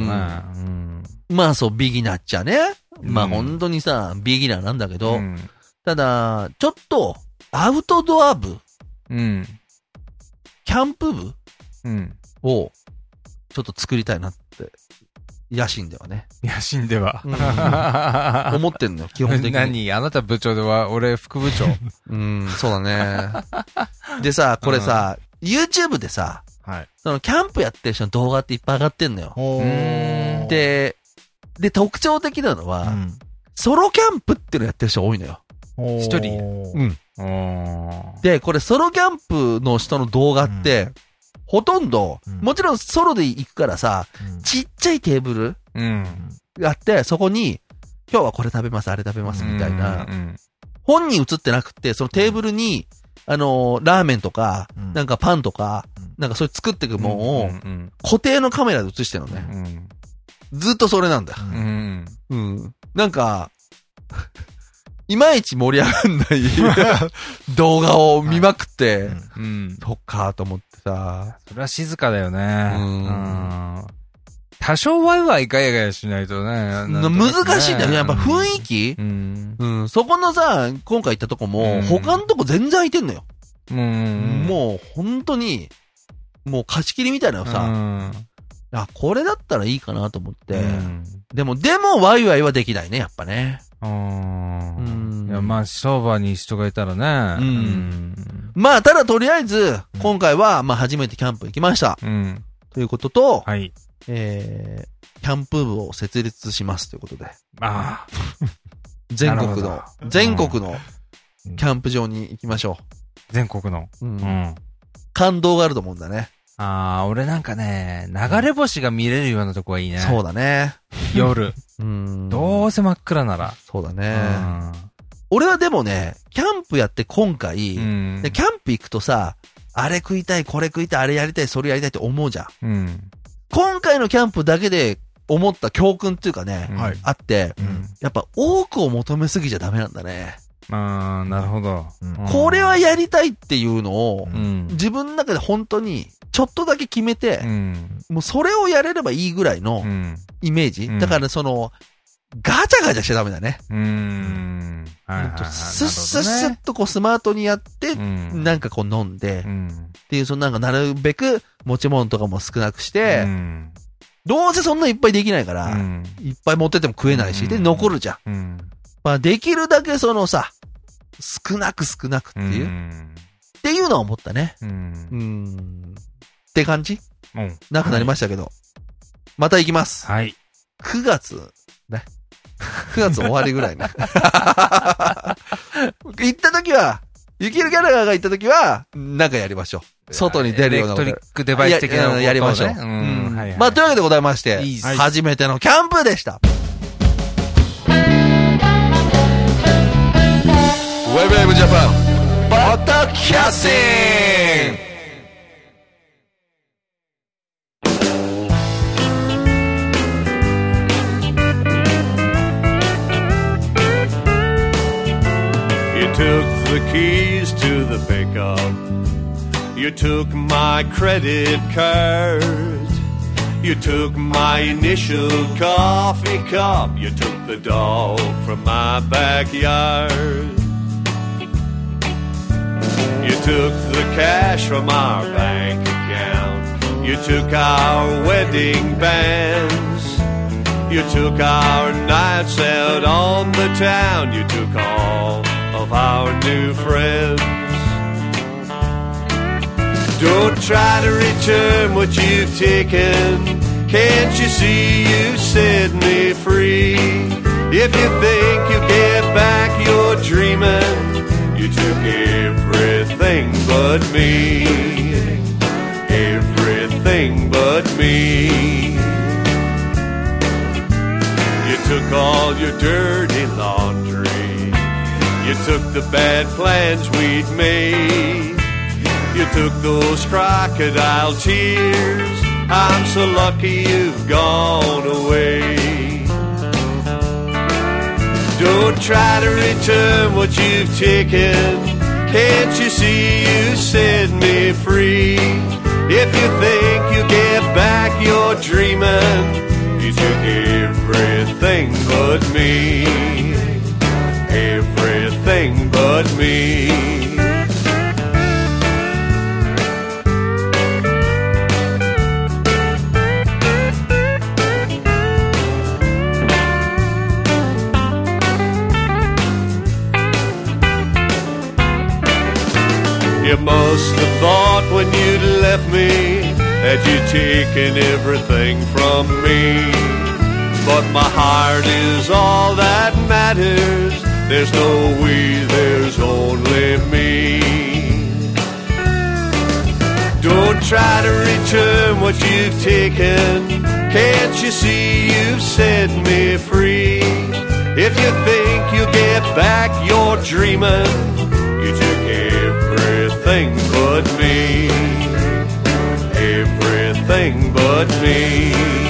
Speaker 4: ん。
Speaker 1: まあそう、ビギナーっちゃね。まあ
Speaker 4: うん
Speaker 1: 本当にさ、ビギナーなんだけど、
Speaker 4: うん
Speaker 1: ただ、ちょっと、アウトドア部、
Speaker 4: うん。
Speaker 1: キャンプ部
Speaker 4: うん。
Speaker 1: を、ちょっと作りたいなって、野心ではね、
Speaker 4: 野心では。
Speaker 1: 思ってんのよ、基本 的に。
Speaker 4: 何あなた部長では、俺 副部長。
Speaker 1: うん、そうだね。でさ、これさ、YouTube でさ、
Speaker 3: はい
Speaker 1: そのキャンプやってる人の動画っていっぱい上がってんのよ。
Speaker 3: ほー
Speaker 4: うん
Speaker 1: で、で、特徴的なの
Speaker 3: う
Speaker 1: は、
Speaker 3: ん
Speaker 1: ソロキャンプっていうのやってる人多いのよ。
Speaker 3: ほー
Speaker 4: 一人
Speaker 1: うん
Speaker 4: おー
Speaker 1: で、これソロキャンプの人の動画って、ほとんど、
Speaker 3: うん
Speaker 1: もちろんソロで行くからさ、
Speaker 3: うん
Speaker 1: ちっちゃいテーブル
Speaker 4: うん。
Speaker 1: があって、そこに、今日はこれ食べます、あれ食べます、みたいな。
Speaker 4: うん
Speaker 1: 本人映ってなくて、そのテーブルに、あのーラーメンとか、
Speaker 3: うん
Speaker 1: なんかパンとか
Speaker 3: うん、
Speaker 1: なんかそういう作っていくもんを
Speaker 4: う、ん
Speaker 1: 固定のカメラで映してるの
Speaker 4: う
Speaker 1: ね。
Speaker 4: ん
Speaker 1: ずっとそれなんだ。
Speaker 4: うんうん
Speaker 1: うん。なんか、 いまいち盛り上がんない 動画を見まくって、
Speaker 3: うん
Speaker 4: うん
Speaker 1: そっかーと思ってさ、
Speaker 4: それは静かだよね。
Speaker 1: ん
Speaker 4: うん多少ワイワイガヤガヤしないとね。なんとなくね
Speaker 1: 難しいんだよね。やっぱ雰囲気
Speaker 4: うん。
Speaker 1: うん。そこのさ、今回行ったとこ
Speaker 4: う
Speaker 1: も、
Speaker 4: ん
Speaker 1: 他のとこ全然空いてんのよ。
Speaker 4: うん。
Speaker 1: もう本当に、もう貸し切りみたいなの
Speaker 4: う
Speaker 1: さ、
Speaker 4: ん、
Speaker 1: あ、これだったらいいかなと思って。
Speaker 4: うん
Speaker 1: でも、でも、ワイワイはできないね、やっぱね。う
Speaker 4: う
Speaker 1: ん
Speaker 4: ん。いや、まあ、商売に人がいたらね。
Speaker 1: うんまあ、ただとりあえず、今回は、まあ、初めてキャンプ行きました。
Speaker 4: うん。うん。
Speaker 1: ということと、
Speaker 4: はい。
Speaker 1: えー、キャンプ部を設立しますということで、
Speaker 4: ああ。
Speaker 1: 全国
Speaker 4: な
Speaker 1: の
Speaker 4: るほ、ど
Speaker 1: 全国の
Speaker 3: うん
Speaker 1: キャンプ場に行きましょ
Speaker 4: 全国の。
Speaker 1: う。うん
Speaker 4: うん。
Speaker 1: 感動があると思うんだね。
Speaker 4: ああ、俺なんかね、流れ星が見れるようなとこがいいね。
Speaker 1: そうだね。
Speaker 4: 夜。
Speaker 1: うん
Speaker 4: どうせ真っ暗なら。
Speaker 1: そうだ
Speaker 4: う
Speaker 1: ね。
Speaker 4: ん
Speaker 1: 俺はでもね、キャンプやって今回、
Speaker 4: うん
Speaker 1: でキャンプ行くとさ、あれ食いたい、これ食いたい、あれやりたい、それやりたいって思うじゃん。
Speaker 4: うん。
Speaker 1: 今回のキャンプだけで思った教訓っていうかね、
Speaker 4: うん
Speaker 3: はい
Speaker 1: あって、
Speaker 3: うん
Speaker 1: やっぱ多くを求めすぎちゃダメなんだね。
Speaker 4: ああ、なるほど。
Speaker 3: うん
Speaker 4: うん
Speaker 1: これはやりたいっていうのを、
Speaker 4: うん。
Speaker 1: 自分の中で本当に、ちょっとだけ決めて
Speaker 4: う、ん。
Speaker 1: もうそれをやれればいいぐらいの
Speaker 4: うん。
Speaker 1: イメージ。
Speaker 4: うん
Speaker 1: だからその、ガチャガチャしちゃダメだね。
Speaker 4: うん。はいはいはい。
Speaker 1: スッスッスッとこうスマートにやって、
Speaker 4: うん。
Speaker 1: なんかこう飲んで、
Speaker 4: う
Speaker 1: っ
Speaker 4: ん。
Speaker 1: ていう、そのなんかなるべく持ち物とかも少なくして、
Speaker 4: うん
Speaker 1: どうせそんないっぱいできないから、
Speaker 4: うん。
Speaker 1: いっぱい持ってっても食えないし、
Speaker 4: うん
Speaker 1: で、残るじゃん。
Speaker 4: うん。
Speaker 1: まあできるだけそのさ、少なく少なくっていう、っていうのは思ったね。
Speaker 4: うん。
Speaker 1: うん。って感じ
Speaker 4: うん。
Speaker 1: なくなりましたけど。また行きます。
Speaker 4: はい。
Speaker 1: 9月、ね。9月終わりぐ らいね。行った時は、ゆきるギャラガーが行った時は、なんかやりましょう。外に出るような
Speaker 4: エ
Speaker 1: こ
Speaker 4: レ
Speaker 1: と。
Speaker 4: クトリックデバイス的なことを
Speaker 1: や
Speaker 4: ね
Speaker 1: やりましょう。
Speaker 4: うん。はいはい
Speaker 1: まあ、というわけでございまして、
Speaker 4: いいっす
Speaker 1: 初めてのキャンプでした。ウェブウェブジャパン、バタキャスティング
Speaker 5: You took the keys to the pickup. You took my credit card. You took my initial coffee cup. You took the dog from my backyard. You took the cash from our bank account. You took our wedding bands. You took our nights out on the town. You took all of our new friends. Don't try to return what you've taken. Can't you see you set me free? If you think you get back, you're dreaming. You took everything but me. Everything but me. You took all your dirty laundry. You took the bad plans we'd made. You took those crocodile tears. I'm so lucky you've gone away. Don't try to return what you've taken. Can't you see you set me free? If you think you get back, you're dreaming. You took everything but me. Everything but me. You must have thought when you'd left me that you'd taken everything from me. But my heart is all that matters. There's no we, there's only me. Don't try to return what you've taken. Can't you see you've set me free? If you think you get back, you're dreaming. You took everything but me. Everything but me.